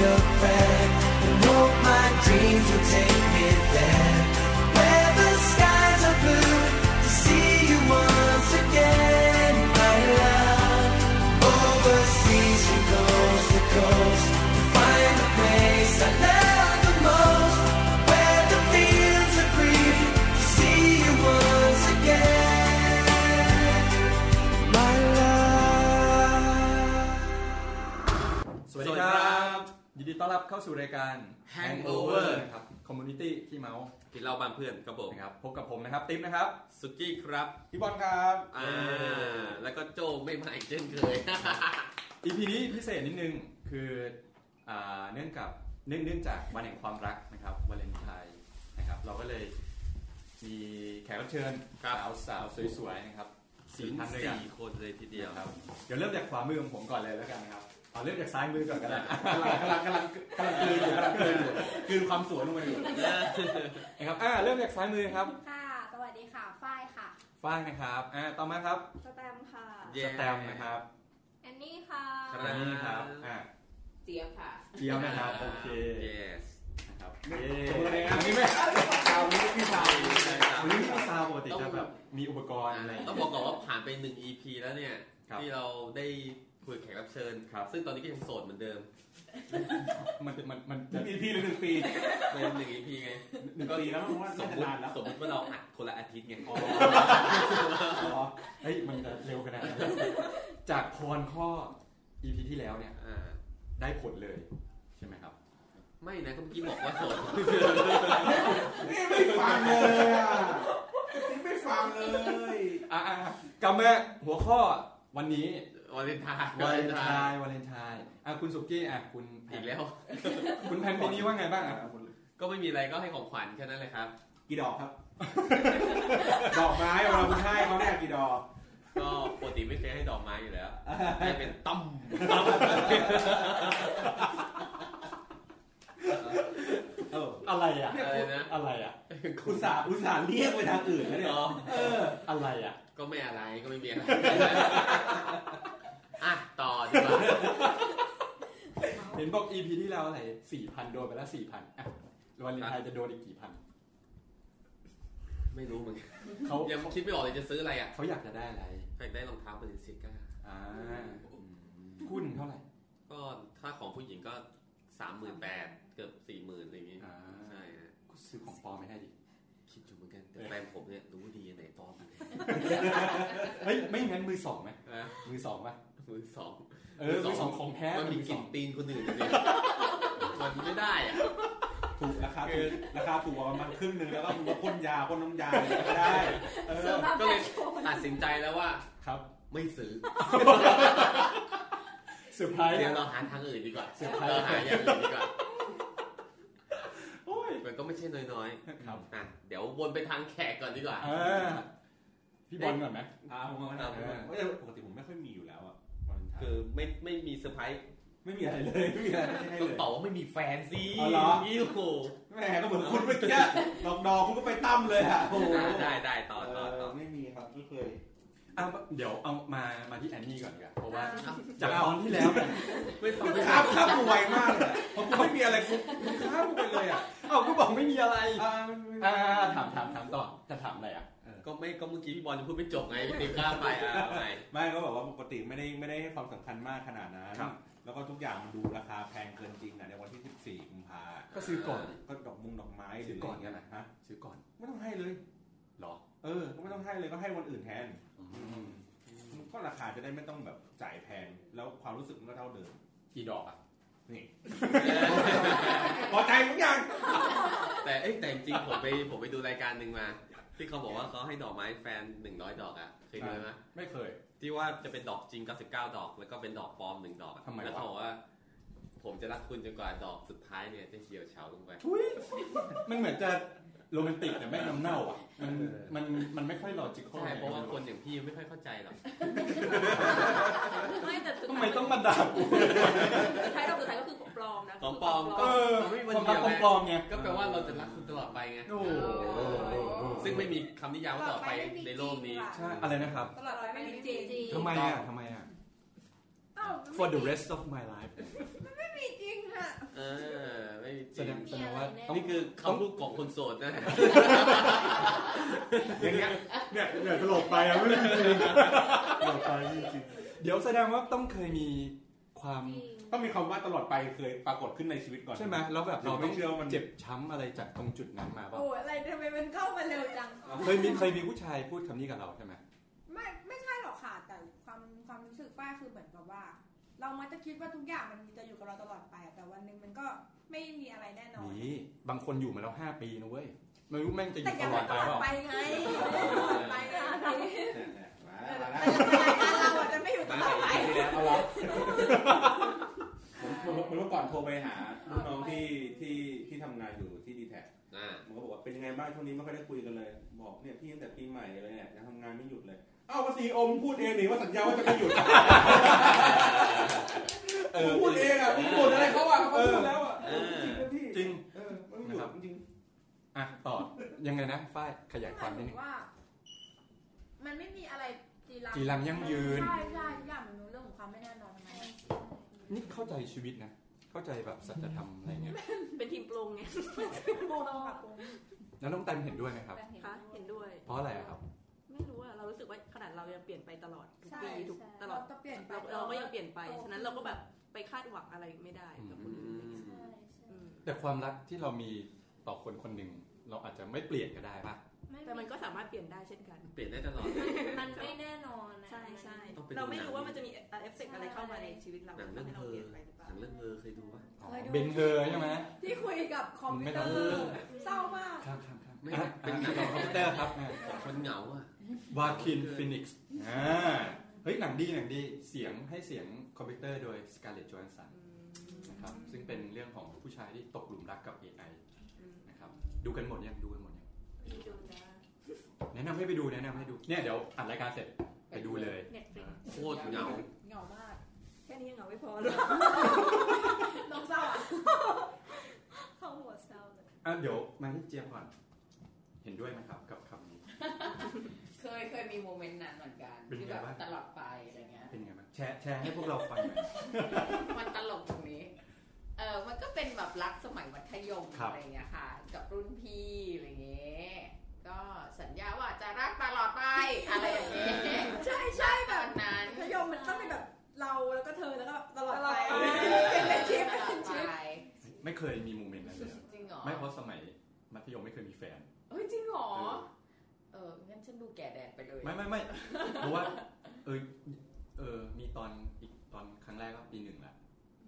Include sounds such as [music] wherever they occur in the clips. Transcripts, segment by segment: breath and hope my dreams will take me there. Where the skies are blue to see you once again, my love. Overseas from coast to coast to find the place I love the most. Where the fields are green to see you once again, my love. สวัสดีครับยินดีต้อนรับเข้าสู่รายการ Hangover นะครับคอมมูนิตี้ที่เมาส์ กินเหล้าบ้านเพื่อนครับผม นะครับพบกับผมนะครับ ติ๊มนะครับ สุกี้ครับ พี่บอลครับ อ่า แล้วก็โจไม่ใหม่เช่นเคย อีพีนี้พิเศษนิดนึงคืออ่าเนื่องกับเนื่องเนื่องจากวันแห่งความรักนะครับวาเลนไทน์นะครับ เราก็เลยมีแขกรับเชิญ ครับ สาวสาวสวยๆนะครับ [laughs] สี่ สี่ ท่านด้วยกัน สี่คนเลยทีเดียว นะครับเดี๋ยวเริ่มจากขวามือของผมก่อนเลยแล้วกันนะครับเอาเริ่มจากซ้ายมือก่อนก็ได้ กำลังกำลังกำลังกำลังกลืนอยู่กำลังกลืนอยู่กลืนความสวยลงไปอยู่ นะครับ [laughs] อ่าเริ่มจากซ้ายมือครับ ค่ะ สวัสดีค่ะ ฝ้ายค่ะ ฟ้างนะครับอ่าต่อมาครับ สแตมค่ะ เย้ สแตมป์นะครับ แอนนี่ค่ะ ครับ อันนี้ครับ อ่ะ เจี๊ยบค่ะ เจียวนะครับ โอเค yes นะครับ ตรงนี้ เย้ นะนี่ไม่ชาวนี้พี่ชาว วันนี้พี่ซาวปกติจะแบบมีอุปกรณ์อะไร ต้องบอกก่อนว่าผ่านไปหนึ่ง EP แล้วเนี่ย ครับ ที่เราได้คุยกับแขกรับเชิญ ครับ ซึ่งตอนนี้ก็ยังโสดเหมือนเดิม มันมันมันจะ มีพี่หรือหนึ่งปี เป็นหนึ่ง EP ไง หนึ่งปีแล้วผมว่า ส น่ามม จะติ นานแล้ว สมมติว่าเราอัดคนละอาทิตย์ไง อ๋อเฮ้ย มันจะเร็วขนาดนั้นจากพรข้อ EP ที่แล้วเนี่ย อ่า ได้ผลเลย ใช่ไหมครับ ไม่นะก็เมื่อกี้บอกว่า [laughs] โสด นี่ไม่ฟังเลยอ่ะนี่ไม่ฟังเลย อ่ะอ่ะกลับมาหัวข้อวันนี้ วาเลนไทน์ วาเลนไทน์วาเลนไทน์อ่ะคุณสุกี้อ่ะคุณแพ อี น กแล้ว คุณแพนปีนี้ว่าไงบ้างอ่ะ ก็ไม่มีอะไรก็ให้ของขวัญแค่นั้นเลยครับ กี่ดอกครับ ดอกไม้เราคุณให้เขาเนี่ยกี่ดอก ก็ปกติไม่เคยให้ดอกไม้อยู่แล้วให้เป็นตั้ม เออ อะไรอ่ะ อะไรนะ อะไรอ่ะ อุตส่าห์อุตส่าห์เรียกไปทางอื่นแล้วเนี่ย อ๋อ เออ อะไรอ่ะ ก็ไม่อะไรก็ไม่มีอะไรอ่ะต่อดีกว่า เห็นบอก EP ที่แล้วอะไรสี่พันโดนไปแล้วสี่พันอ่ะวันเลนไทน์จะโดนอีกกี่พัน ไม่รู้เหมือนกัน เขา ยังคิดไม่ออกเลยจะซื้ออะไรอ่ะ เขาอยากจะได้อะไร อยากได้รองเท้าบริเซียก้า อ่าหุ้นเท่าไหร่ ก็ถ้าของผู้หญิงก็สามหมื่นแปดเกือบสี่หมื่นอะไรอย่างงี้ อ่า ใช่ฮะ ก็ซื้อของปลอมไม่ได้ดิ คิดอยู่เหมือนกันแต่แฟนผมเนี่ยรู้ดีไหนปลอมไหน เฮ้ย ไม่งั้นมือสองไหม นะ มือสองป่ะ มือสอง เออ มือสมือสอองงของแท้ มันมี มือก ส ลิ่ อน ง ตีนคนอื่นอยู่เนี่ยมันไม่ได้อ่ะ ถูกราคาถูกราคาถูกกว่าประมาณครึ่งหนึ่งแล้วก็มึงก็พ่นยาพ่นน้ำยาอะไรก็ได้เอ ซื้อ อ มา ก็ แพ็ เล ค ย โชว์ ตัดสินใจแล้วว่า ครับ ไม่ซื้อ เซอร์ไพรส์ เดี๋ยว อ่ะ เราหาทางอื่นดีกว่า เซอร์ไพรส์ เราหาอย่างอื่นดีกว่า โอ้ย มันก็ไม่ใช่น้อยๆ ครับ อ่ะเดี๋ยววนไปทางแขกก่อนดีกว่า เออพี่บอลก่อนไหม อ่าผมเอา เอา ไม่ได้เพราะว่าปกติผมไม่ค่อยมีอยู่แล้วอ่ะวันไท คื น์ อไม่ไม่มีเซอร์ไพรส์ ไม่มีอะไรเลยไม่มีอะไรให้ ต้อ เล ง ย ตอบว่าไม่มีแฟนสิ อ๋อเหรอ วโห แหม่ก็เหมือนคุณเมื่อกี้ดอกดอกคุณก็ไปตั้มเลยอ่ะโอ้โห อ่ะได้ได้ต่อ เอ ต่อต่อ อไม่มีครับไม่เคย อ่ะเดี๋ยวเอามา มาที่แอนนี่ก่อนดีกว่าเพราะว่า อ่ะ จากตอนที่แล้วเนี่ย ไม่ฟังไม่ ค ค รั รั บบ ครับกูไวมากเลยเพราะกูไม่มีอะไรกูกูข้ามกูไปเลยอ่ะ เอ้าก็บอกไม่มีอะไร อ่า อ่า ถามถามถามต่อ จะถามอะไรอ่ะ ก็ไม่ก็เมื่อกี้พี่บอลยังพูดไม่จบไงติดข้ามไปอ่ะเอาใหม่ ไม่ก็แบบว่าปกติไม่ได้ไม่ได้ให้ความสำคัญมากขนาดนั้น ครับ แล้วก็ทุกอย่างมันดูราคาแพงเกินจริงอ่ะในวันที่ 14กุมภา ก็ซื้อก่อน ก็ดอกมุงดอกไม้ห ซื้ รือ อ ก่อน อะไรเงี้ได้ยไหม ฮะ ซื้อก่อน ไม่ต้องให้เลย เหรอ เออก็ไม่ต้องให้เลยก็ให้วันอื่นแทน อืม ก็ราคาจะได้ไม่ต้องแบบจ่ายแพงแล้วความรู้สึกมันก็เท่าเดิม กี่ดอกอ่ะ พอใจมึงยัง แต่เอ้ยแต่จริงๆผมไปผมไปดูรายการหนึ่งมา ที่เขาบอกว่าเขาให้ดอกไม้แฟนหนึ่งร้อยดอกอ่ะเคยดูไหม ไม่เคย ที่ว่าจะเป็นดอกจริง 99 ดอก แล้วก็เป็นดอกปลอมหนึ่งดอกอะ ทำไมวะ แล้วเขาบอกว่า ผมจะรักคุณจนกว่าดอกสุดท้ายเนี่ยจะเหี่ยวเฉาลงไป ทุยมันเหมือนจะโรแมนติกแต่ไม่น้ำเน่าอ่ะ มัน มัน มันไม่ค่อยลอจิคอล ใช่ เพราะว่าคนอย่างพี่ไม่ค่อยเข้าใจหรอก ไม่แต่สุด ทำ ท้าย ไมต้องมาด่ากู สุดท้ายดอกสุดท้ายก็คือของปลอมนะ ของปลอมก็ เออความรักปลอมๆไง ก็แปลว่าเราจะรักคุณตลอดไปไง โอ้โห ซึ่งไม่มีคำนิยามว่าต่อไปในโลกนี้ ใช่อะไรนะครับ ตลอดร้อยไม่มีจริง ทำไมอ่ะ ทำไมอ่ะ อ้าว For the rest of my life ไม่มีจริงห อะ เออ ไม่มีจ แส ริ ด ง งแสดงว่าต้อง นี่คือคำพูดของคนโสดนะ อย่างเงี้ยเนี่ยเนี่ยตลกไปอะไม่รู้จริง ตลอดไปจริง เดี๋ยวแสดงว่าต้องเคยมีความ จริง ๆต้องมีคำว่าตลอดไปเคยปรากฏขึ้นในชีวิตก่อน ใช่ไหมแล้วแบบเรา ไม่ ต้อง เชื่อว่ามัน เจ็บช้ำอะไรจากตรงจุดนั้นมาเปล่า โอ้ยอะไรทำไมมันเข้ามาเร็วจัง เคยมีเคยมีผู้ชายพูดคำนี้กับเราใช่ไหม ไม่ไม่ใช่หรอกค่ะ แต่ความความรู้สึกป้าคือเหมือนกับว่า เรามักจะคิดว่าทุกอย่างมันจะอยู่กับเราตลอดไป แต่วันหนึ่งมันก็ไม่มีอะไรแน่นอน นี่บางคนอยู่มาแล้วห้าปีนะเว้ยไม่รู้แม่งจะอ แต่ ยู่ อ ต ยัง ลอ ไม่ ด ต ไปเปล่าลอดไปไงไม่ตลอดไปไง มา แต่ แล้รามวาย แล้ว การเราอ่ะจะไม่อยู่ต มา ลอดไป แต่ EP ที่แล้ว เอาละผมผมเมื่อก่อนโทรไปหาลูกน้องที่ที่ที่ทำงานอยู่ที่ดีแท็ อ่า มันก็บอกว่าเป็นยังไงบ้างช่วงนี้ไม่ค่อยได้คุยกันเลย บอกเนี่ยพี่ตั้งแต่ปีใหม่เลยเนี่ยยังทำงานไม่หยุดเลยเอ้าภาษีอมพูดเองนี่ว่าสัญญาว่าจะไม่หยุด เออ พูดเองอ่ะพูดอะไรเขาอ่ะเขาพูดแล้วอ่ะ เออ จริงนะพี่ จริง เออมันไม่หยุดจริง อ่ะต่อยังไงนะฝ้ายขยายความหาย มนิด ถึ นึ ง ง ว่า มันไม่มีอะไรจีรัง จีรังยั่งยืน ใช่ใช่ทุกอย่างมันเป็นเรื่องของความไม่แน่นอนทั้งนั้น นี่เข้าใจชีวิตนะ เข้าใจแบบสัจธรรมอะไรเงี้ย เป็นทีมปรุงไง ปรุงค่ะปรุง แล้วน้องแตมเห็นด้วยไหมครับ คะเห็นด้วย เพราะอะไรอะครับ ไม่รู้อะเรารู้สึกว่าขนาดเรายังเปลี่ยนไปตลอดทุก ใช่ ปีทุก ใช่ ตลอด เราจะเปลี่ยนไป เราเราก็ยังเปลี่ยนไป ฉะนั้นเราก็แบบไปคาดหวังอะไรไม่ได้กับคนอื่น ใช่ใช่ อืม แต่ความรักที่เรามีต่อคนคนหนึ่งเราอาจจะไม่เปลี่ยนก็ได้ปะ แต่มันก็สามารถเปลี่ยนได้เช่นกัน เปลี่ยนได้ตลอด มันไม่แน่นอนนะ ใช่ใช่ ต้องไปดูหนัง เราไม่รู้ว่ามันจะมีเอฟเฟกต์อะไรเข้ามาในชีวิตเรา หนังเรื่อง ทำเพอให้เราเปลี่ยนไปหรือเป ห ล่า นังเรื่องเพอเคยดูปะ อ๋อ เคยดู เบนเธอใช่ไหม ที่คุยกับคอมพิวไม่เตอต้อ ร์ ง เศร้ามาก ครับครับครับ ไม่ ไม่ เป็ เป็น น หนัของงคอมพิวเตอร์ครับ ของคนเหงาอ่ะ วาคินฟินิกส์อ่าเฮ้ยหนังดีหนังดีเสียงให้เสียงคอมพิวเตอร์โดยสกาเลตจอห์นสัน อืม นะครับซึ่งเป็นเรื่องของผู้ชายที่ตกหลุมรักกับ AI อืม นะครับดูกันหมดยังดูกันหมดยัง ไปดูนะ แนะนำให้ไปดูแนะนำให้ดูเนี่ยเดี๋ยวอัดรายการเสร็จไปดูเลย เน็ตฟลิก โคตรเหงา เหงามาก แค่นี้ยังเหงาไม่พอเลย น้องเศร้าอ่ะเข้าหัวเศร้าเลย อ่ะเดี๋ยวมาที่เจียบก่อน เห็นด้วยไหมครับกับคำนี้ เคยเคยมีโมเมนต์นั้นเหมือนกัน เป็นไง ที่แบบ บ้าง ตลอดไปอะไรเงี้ย เป็นไงบ้างแชร์แชร์ให้พวกเราฟังหน่อย [laughs] มันตลกตรงนี้ เออมันก็เป็นแบบรักสมัยมัธยม ครับ อะไรเงี้ยค่ะ กับรุ่นพี่อะไรเงี้ยก็สัญญาว่าจะรักตลอดไปอะไรอย่างเงี้ย ใช่ใช่แบ ต บ อนนั้น พยมมันต้องเป็นแบบเราแล้วก็เธอแล้วก็ตลอดไป เออ เป็นเป็นคลิป ตลอ เป็ ด นค ไป ลิป ไม่เคยมีโมเมนต์นั้นเลย จริงเหรอ ไม่เพราะสมัยมัธยมไม่เคยมีแฟน เฮ้ยจริงเหรอ เอองั้นฉันดูแก่แดดไปเลย ไม่ไม่ไม่เพราะว่าเออเออมีตอนอีกตอนครั้งแรกก็ปีหนึ่งละ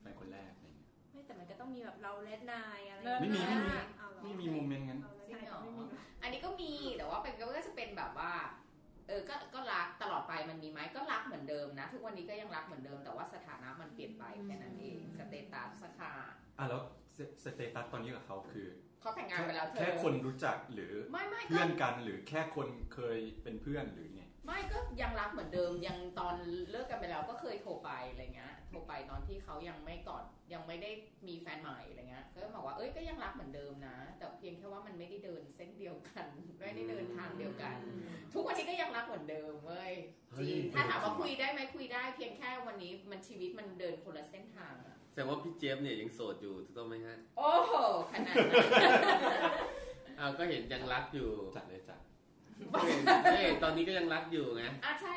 แฟนคนแรกอะไรเงี้ย ไม่แต่มันก็ต้องมีแบบเราเลดนายอะไร ไม่มีไม่มี เอาเหรอ ไม่มีโมเมนต์งั้น เราเลดนาย จริงเหรอ ไม่มี อันนี้ก็มีแต่ว่าเป็นก็จะเป็นแบบว่า เออก็ก็รักตลอดไปมันมีไหมก็รักเหมือนเดิมนะ ทุกวันนี้ก็ยังรักเหมือนเดิม แต่ว่าสถานะมันเปลี่ยนไปแค่นั้นเองสเตตัสค่ะ อ่ะแล้วสสเตตัสตอนนี้กับเขาคือ เขาแต่งงาน แค่ ไปแล้วเธอ แค่คนรู้จักหรือ ไม่ไม่ก็ เพื่อนกันหรือแค่คนเคยเป็นเพื่อนหรือไง ไม่ก็ยังรักเหมือนเดิม ยังตอนเลิกกันไปแล้วก็เคยโทรไปอะไรเงี้ยโทรไปตอนที่เขายังไม่ก่อนยังไม่ได้มีแฟนใหม่อะไรเงี้ยก็บอกว่าเอ้ยก็ยังรักเหมือนเดิมนะ แต่เพียงแค่ว่ามันไม่ได้เดินเส้นเดียวกัน ไม่ได้เดินทางเดียวกัน ทุกวันนี้ก็ยังรักเหมือนเดิมเว้ย เฮ้ย จริง ถ้าถามว่าคุยได้ไหมคุยได้เพียงแค่วันนี้มันชีวิตมันเดินคนละเส้นทางอะ แสดงว่าพี่เจฟเนี่ยยังโสดอยู่ถูกต้องไหมฮะ โอ้โหขนาดนั้น [laughs] อ้าวก็เห็นยังรักอยู่ จัดเลยจัด ก็เห็นเอ้ยตอนนี้ก็ยังรักอยู่ไง อ่ะใช่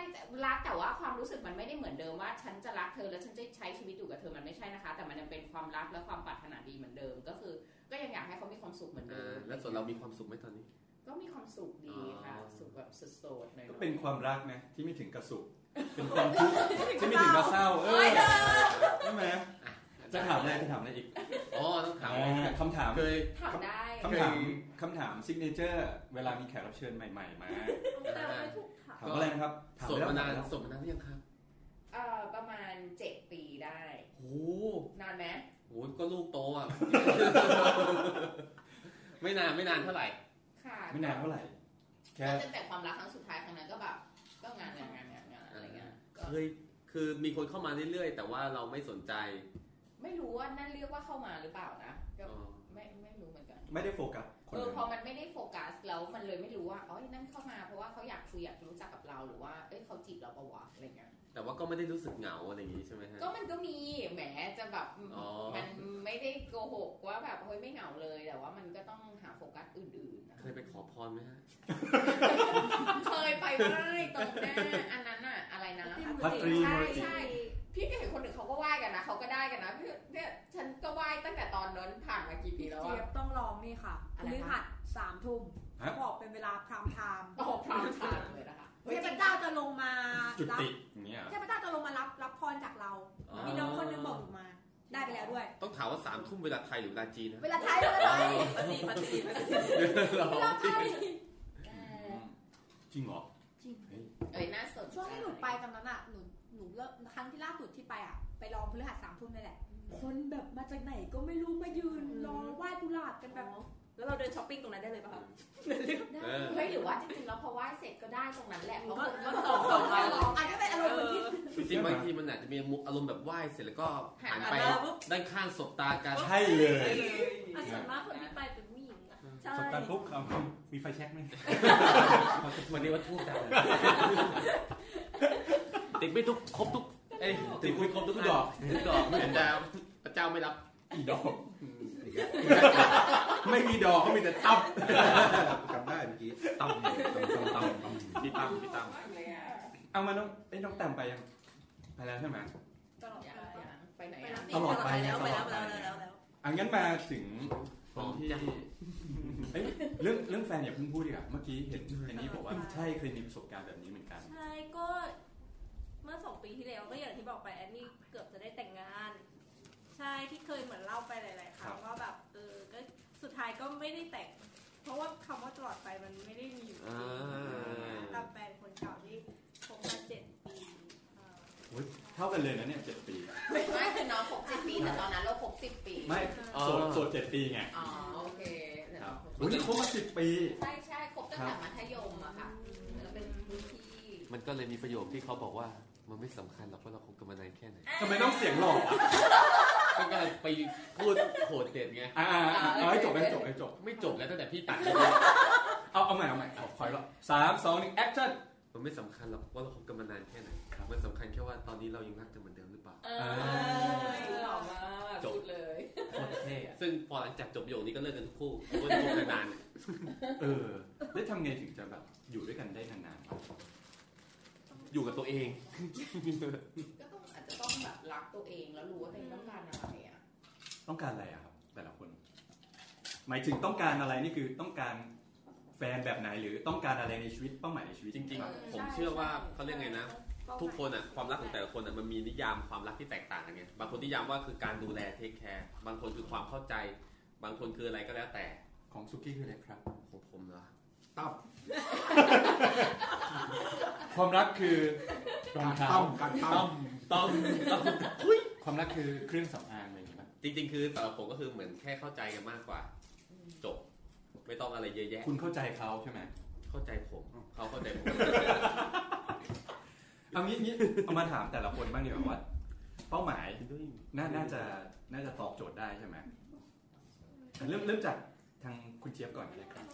รักแต่ว่าความรู้สึกมันไม่ได้เหมือนเดิมว่า ฉันจะรักเธอแล้วฉันจะใช้ชีวิตอยู่กับเธอมันไม่ใช่นะคะ แต่มันยังเป็นความรักและความปรารถนาดีเหมือนเดิม ก็คือ ก็ยังอยากให้เขามีความสุขเหมือนเดิ อ่าม แล้วส่วนเรามีความสุขไหมตอนนี้ [laughs] ก็มีความสุขดีค่ะ อ๋อ สุขแบบสุดๆหน่อยๆ ก็เป็นความรักนะที่ไม่ถึงกระสุข เป็นความทุกข์ที่ไม่ถึงกระเศร้า เออใช่ไหมจะถามอะไรจะถามอะไรอีก อ๋อต้องถาม อ่าคำถาม เคย ถามได้ คำถามคำถามซิกเนเจอร์เวลามีแขกรับเชิญใหม่ๆมา แต่ไม่ถูกถาม ถามอะไรนะครับ ถาม โสด แล้ว มานาน ถแล้ว โสดมานานหรือยังครับ เอ่อประมาณเจ็ดปีได้ โอ้ นานไหม โหก็ลูกโต [laughs] อ่ะ ไม่นานไม่นานเท่าไหร่ ค่ะ ไม่นานเท่าไหร่ แค่ ก็ตั้งแต่ความรักครั้งสุดท้ายครั้งนั้นก็แบบก็งานงานงานงานงานอะไรเงี้ยก็ เคยคือมีคนเข้ามาเรื่อยๆ แต่ว่าเราไม่สนใจ ไม่รู้ว่านั่นเรียกว่าเข้ามาหรือเปล่านะก็ อ๋อ ไม่ไม่รู้เหมือนกัน ไม่ได้โฟกัสคน เออ นั้น พอมันไม่ได้โฟกัสแล้วมันเลยไม่รู้ว่าอ๋อนั่นเข้ามาเพราะว่าเขาอยากคุยอยากรู้จักกับเราหรือว่าเอ้ยเขาจีบเราปะวะอะไรเงี้ย แต่ว่าก็ไม่ได้รู้สึกเหงาอะไรอย่างนี้ใช่ไหมฮะ ก็มันก็มีแหมจะแบบ อ๋อ มันไม่ได้ หกว่าแบบเฮ้ยไม่เหงาเลยแต่ว่ามันก็ต้องหาโฟกัสอื่นๆนะ เคยไปขอพรไหมฮะ เคยไปไหว้ตรงหน้าอันนั้นอะอะไรนะ พัตรี ใช่ โมจิ ใช่ พี่ก็เห็นคนอื่นเขาก็ไหว้กันนะเขาก็ได้กันนะพี่เนี่ยฉันก็ไหว้ตั้งแต่ตอนนั้นผ่านมากี่ปี พี่ แล้ว เจี๊ย อะ บต้องลองนี่ค่ะ อะไรคะ พฤหัสสามทุ่ม ฮะ บอกเป็นเวลาพรามไทม์ โอ้โหพร้อมทางเลยนะคะ เทพเจ้าจะลงมา จุ รับ ติอย่างเงี้ยเหรอ เทพเจ้าจะลงมารับรับพรจากเรา อ๋อ มีน้องคนนึงบอกหนูมา ได้ไปแล้วด้วย ต้องถามว่าสามทุ่มเวลาไทยหรือเวลาจีนนะ เวลาไทยเวลาไทย ปฏิปฏิปฏิ เวลาไทย อื อืมมจริงเหรอ จริง เอ้ยน่าสนใจ ช่วงที่หนูไปตอนนั้นอ่ะ หนู หนูเลิกครั้งที่ล่าสุดที่ไปอ่ะ ไปรองพฤหัสสามทุ่มนี่แหละ คนแบบมาจากไหนก็ไม่รู้มายืนรอไหว้กุหลาบกันแบบ แล้วเราเดินช้อปปิ้งตรงนั้นได้เลยป่ะคะ เออ เฮ้ยหรือว่าจริงๆแล้วพอไหว้เสร็จก็ได้ตรงนั้นแหละเพราะคนก็ สองสองวัน อันนี้เป็นอารมณ์เหมือนที่ จริงๆบางทีมันอาจจะมีมุกอารมณ์แบบไหว้เสร็จแล้วก็หันไป หันมาปุ๊บ ด้านข้างสบตากัน ใช่เลย อ่ะ ส่วนมากคนที่ไป เป็นผู้หญิง สบตาปุ๊บเอามีไฟแช็กไหม วันนี้วัดทูบดังติดไม่ทุกครบทุกเอ้ยติดคุยครบทุกดอกทุกดอกเหมือนดาวพระเจ้าไม่รับ อีดอก ไม่มีดอกก็มีแต่ตับ จำได้เมื่อกี้ ตับตับตับตับ พี่ตั้มพี่ตั้ม เลยอะ เอามาน้องไอ้ยน้องแต้มไปยังไปแล้วใช่ไหม ตลอด อย่าง เวลา อย่างไปไหน ไป อะ ตลอดไป แล้ว ต ไป ลอดไปแล้วไปแล้วไปแล้วไปแล้ว อังั้นมาถึง ห ตร องม ที่ จัง เอ้ยเรื่องเรื่องแฟนอย่าเพิ่งพูดดีกว่าเมื่อกี้เห็นอันนี้บอกว่าใช่เคยมีประสบการณ์แบบนี้เหมือนกัน ใช่ก็เมื่อสองปีที่แล้วก็อย่างที่บอกไปแอนนี่เกือบจะได้แต่งงาน ใช่ที่เคยเหมือนเล่าไปหลาย ๆ คครั้รั ง บ ว่าแบบเออก็สุดท้ายก็ไม่ได้แต่ง เพราะว่าคำว่าตลอดไปมันไม่ได้มีอยู่จริ อ่าง กับแฟนคนเก่าที่คบมาเจ็ดปีเอ่อ เท่ากันเลยนะเนี่ยเจ็ดปี ไม่คือน้องครบเจ็ดปีแต่ตอนนั้นเราครบสิบปี ไม่โสดโสดเจ็ดปีไง อ๋อโอเคแต่ ค น้ รั อบ งครบ โอ้ยนี่คบมาสิบปี ใช่ใช่ครบตั้งแต่มัธยมอะค่ะแล้วเป็นรุ่นพี่ มันก็เลยมีประโยคที่เขาบอกว่ามันไม่สำคัญหรอกว่าเราคบกันมานานแค่ไหน ทำไมต้องเสียงหล่ออ่ะ ก็กำลังไปพูดโหดเด็ดไง อ่าอ่าอ่าเอาให้จบให้จบให้จบ ไม่จบแล้วตั้งแต่พี่ตัด เอาเอาใหม่เอาใหม่ขอคอยรอบสามสองหนึ่งแอคชั่น มันไม่สำคัญหรอกว่าเราคบกันมานานแค่ไหน ครับ มันสำคัญแค่ว่าตอนนี้เรายังรักกันเหมือนเดิมหรือเปล่า เออหล่อมาก จบ พูดเลย โคตรเท่อะ ซึ่งพอหลังจากจบประโยคนี้ก็เลิกกันทุกคู่เพราะว่าคบกันนาน เออ แล้วทำไงถึงจะแบบอยู่ด้วยกันได้นานๆวะ อยู่กับตัวเอง ก็ต้องอาจจะต้องแบบรักตัวเองแล้วรู้ว่าตัวเองต้องการอะไรอ่ะ ต้องการอะไรอะครับ แต่ละคน หมายถึงต้องการอะไรนี่คือต้องการแฟนแบบไหนหรือต้องการอะไรในชีวิตเป้าหมายในชีวิต จริง ๆ ๆ ผมเชื่อว่าเขาเรียกไงนะ ทุกคนอ่ะความรักของแต่ละคนอ่ะมันมีนิยามความรักที่แตกต่างกันไงบางคนนิยามว่าคือการดูแลเทคแคร์บางคนคือความเข้าใจ บางคนคืออะไรก็แล้วแต่ ของซุกี้คืออะไรครับ ของผมเหรอ ความรักคือรองเท้า การตั้ม ต้อม ความรักคือเครื่องสำอางอะไรอย่างเงี้ยปะ จริง ๆ คือสำหรับผมก็คือเหมือนแค่เข้าใจกันมากกว่า จบ ไม่ต้องอะไรเยอะแยะ คุณเข้าใจเขาใช่ไหม เข้าใจผมเขาเข้าใจผม [laughs] เอางี้งี้เอามาถามแต่ละคนบ้างดีกว่าว่า เป้าหมายน่าน่าจะน่าจะตอบโจทย์ได้ใช่ไหมเริ่มเริ่มจากทางคุณเจี๊ยบก่อนก็ได้ครับ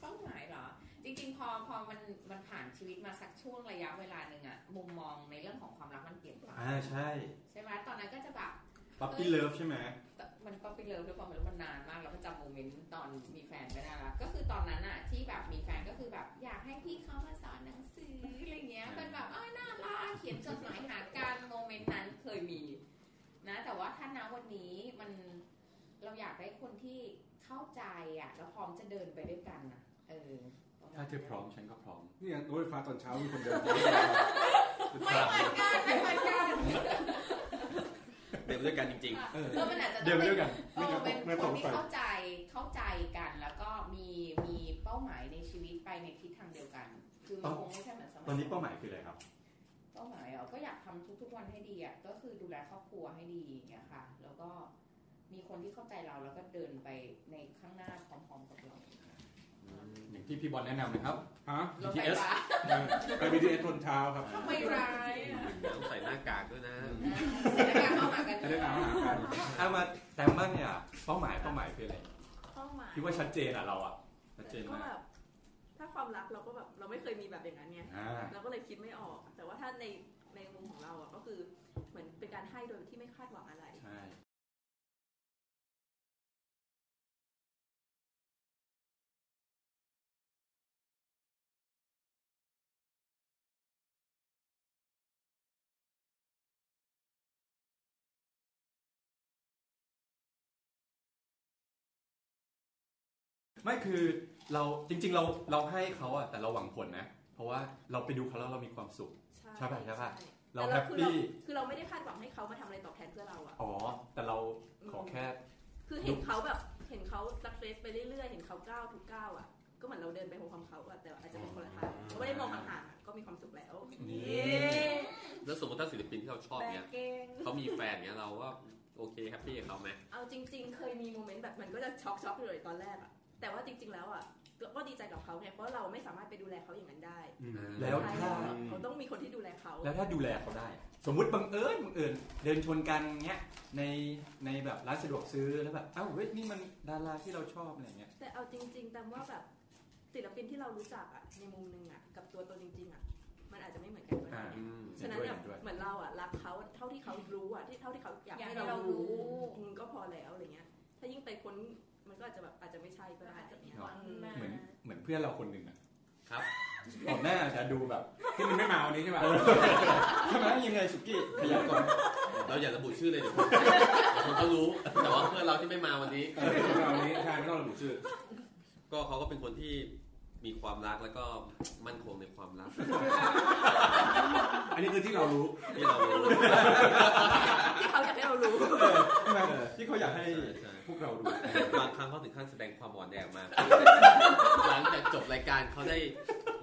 เป้าหมายเหรอ จริง ๆ พอพอมันมันผ่านชีวิตมาสักช่วงระยะเวลาหนึ่งอ่ะมุมมองในเรื่องของความรักมันเปลี่ยนไป อ่าใช่ ใช่ไหมตอนนั้นก็จะแบบ ปั๊ปปี้เลิฟใช่ไหม แต่มันก็ไปเลิฟด้วยความรู้มันนานมากเราก็จำโมเมนต์ตอนมีแฟนไม่ได้ละก็คือตอนนั้นอ่ะที่แบบมีแฟนก็คือแบบอยากให้พี่เขามาสอนหนังสืออะไรเงี้ยเป็นแบบอ้าวน่ารักเขียนจดหมายหากันโมเมนต์นั้นเคยมี นะแต่ว่าถ้าณวันนี้มันเราอยากได้คนที่เข้าใจอ่ะ แล้วพร้อมจะเดินไปด้วยกันอ่ะ เออประมณ ถ้าเธอพร้อมฉันก็พร้อม นี่รถไฟฟ้าตอนเช้ามีคนเดิน ไม่เหมือนกันไม่เหมือนกัน เดิมด้วยกันจริง เออมันอาจจะต้ เดี๋ อ ยว ง ไป เป็น ด้วยกัน เออเป็น ไม่ต คน ก ที่ ไป เข้าใจเข้าใจกันแล้วก็มีมีเป้าหมายในชีวิตไปในทิศทางเดียวกัน คือมันคงไม่ใช่เหมือนสมัย ตอนนี้เป้าหมายคืออะไรครับ เป้าหมายเหรอก็อยากทำทุก ๆ วันให้ดีอ่ะก็คือดูแลครอบครัวให้ดีอย่างเงี้ยค่ะ แล้วก็มีคนที่เข้าใจเราแล้วก็เดินไปในข้างหน้าพร้อมๆกับเรา อย่างที่พี่บอลแนะนำนะครับ ฮะ รถ [laughs] ไฟฟ้า ไปบีทีเอสตอนเช้าครับ ทำไมร้ายอ่ะ ๆ ต้องใส่หน้ากากด้วยนะ จะได้หนาวหากัน เอามาแต้มบ้างเนี่ยเป้าหมายเป้าหมายคืออะไร เป้าหมาย คิดว่าชัดเจนอ่ะเราอ่ะชัดเจน ก็ มาก แบบถ้าความรักเราก็แบบเราไม่เคยมีแบบอย่างนั้นไง อ่า เราก็เลยคิดไม่ออก แต่ว่าถ้าในในมุมของเราอะก็คือเหมือนเป็นการให้โดยที่ไม่คาดหวังอะไร ใช่ ไม่คือเราจริง ๆ เราเราให้เขาอะแต่เราหวังผลนะ เพราะว่าเราไปดูเขาแล้วเรามีความสุข ใช่ป่ะใช่ป่ะ เรา ต่ แฮป คือ ปี้ คือเราไม่ได้คาดหวังให้เขามาทำอะไรตอบแทนเพื่อเราอะ อ๋อ แต่เราขอแค่ คือเห็นเขาแบบเห็นเขาสักเซสไปเรื่อยๆ เห็นเขาก้าวทุกก้าวอะก็เหมือนเราเดินไปพร้อมๆเขาอะแต่อาจจะเป็นคนละทางก็ไม่ได้มองห่างๆอะก็มีความสุขแล้ว นี่ แล้วสมมติถ้าศิลปินที่เราชอบ แบ เนี่ย กเก่ง เขามีแฟนเนี่ยเราก็โอเคแฮปปี้กับเขาไหม เอาจริง ๆ เคยมีโมเมนต์แบบมันก็จะช็อกช็อกๆเลยตอนแรกอะแต่ว่าจริง ๆ แล้วอะก็ก็ดีใจกับเขาไงเพราะเราไม่สามารถไปดูแลเขาอย่างนั้นได้ อืมแล้ว สุด ถ้า ท้ายแล้วเขาต้องมีคนที่ดูแลเขา แล้วถ้าดูแลเขาได้ สมมุติบังเอิญบังเอิญเดินชนกันเงี้ยในในแบบร้านสะดวกซื้อแล้วแบบเอ้าเฮ้ยนี่มันดาราที่เราชอบอะไรเงี้ย แต่เอาจริง ๆ แต่ว่าแบบศิลปินที่เรารู้จักอะในมุมหนึงอะกับตัวตนจริงๆอะมันอาจจะไม่เหมือนกันก็ได้ อ่า อืม ฉะนั้นแบบ เห็นด้วย เหมือนเราอะรักเขาเท่าที่เขารู้อะที่เท่าที่เขาอยาก อยากให้ ให้ เรา เรา รู้ รู้อืมก็พอแล้วอะไรเงี้ย ถ้ายิ่งไปค้นมันก็อาจจะแบบอาจจะไม่ใช่ก็ได้อะไรเงี้ย เหมือนเหมือนเพื่อนเราคนหนึ่งอะ ครับ ก่อนหน้าจะดูแบบ ที่มันไม่มาวันนี้ใช่ป่ะ ใช่ไหมยังไงสุกี้พยายาม เราอย่าระบุชื่อเลยเดี๋ยว [laughs] คนเดี๋ยวคนก็รู้ แต่ว่าเพื่อนเราที่ไม่มาวันนี้ เออไม่มาวันนี้ใช่ไม่ต้องระบุชื่อ ก็เขาก็เป็นคนที่มีความรักแล้วก็มั่นคงในความรัก อันนี้คือที่เรารู้ ที่เรารู้ ที่เขาอยากให้เรารู้ ใช่ไหมที่เขาอยากให้ ใช่ใช่ พวกเราดู บางครั้งเขาถึงขั้นแสดงความอ่อนแอออกมา [laughs] หลังจากจบรายการเขาได้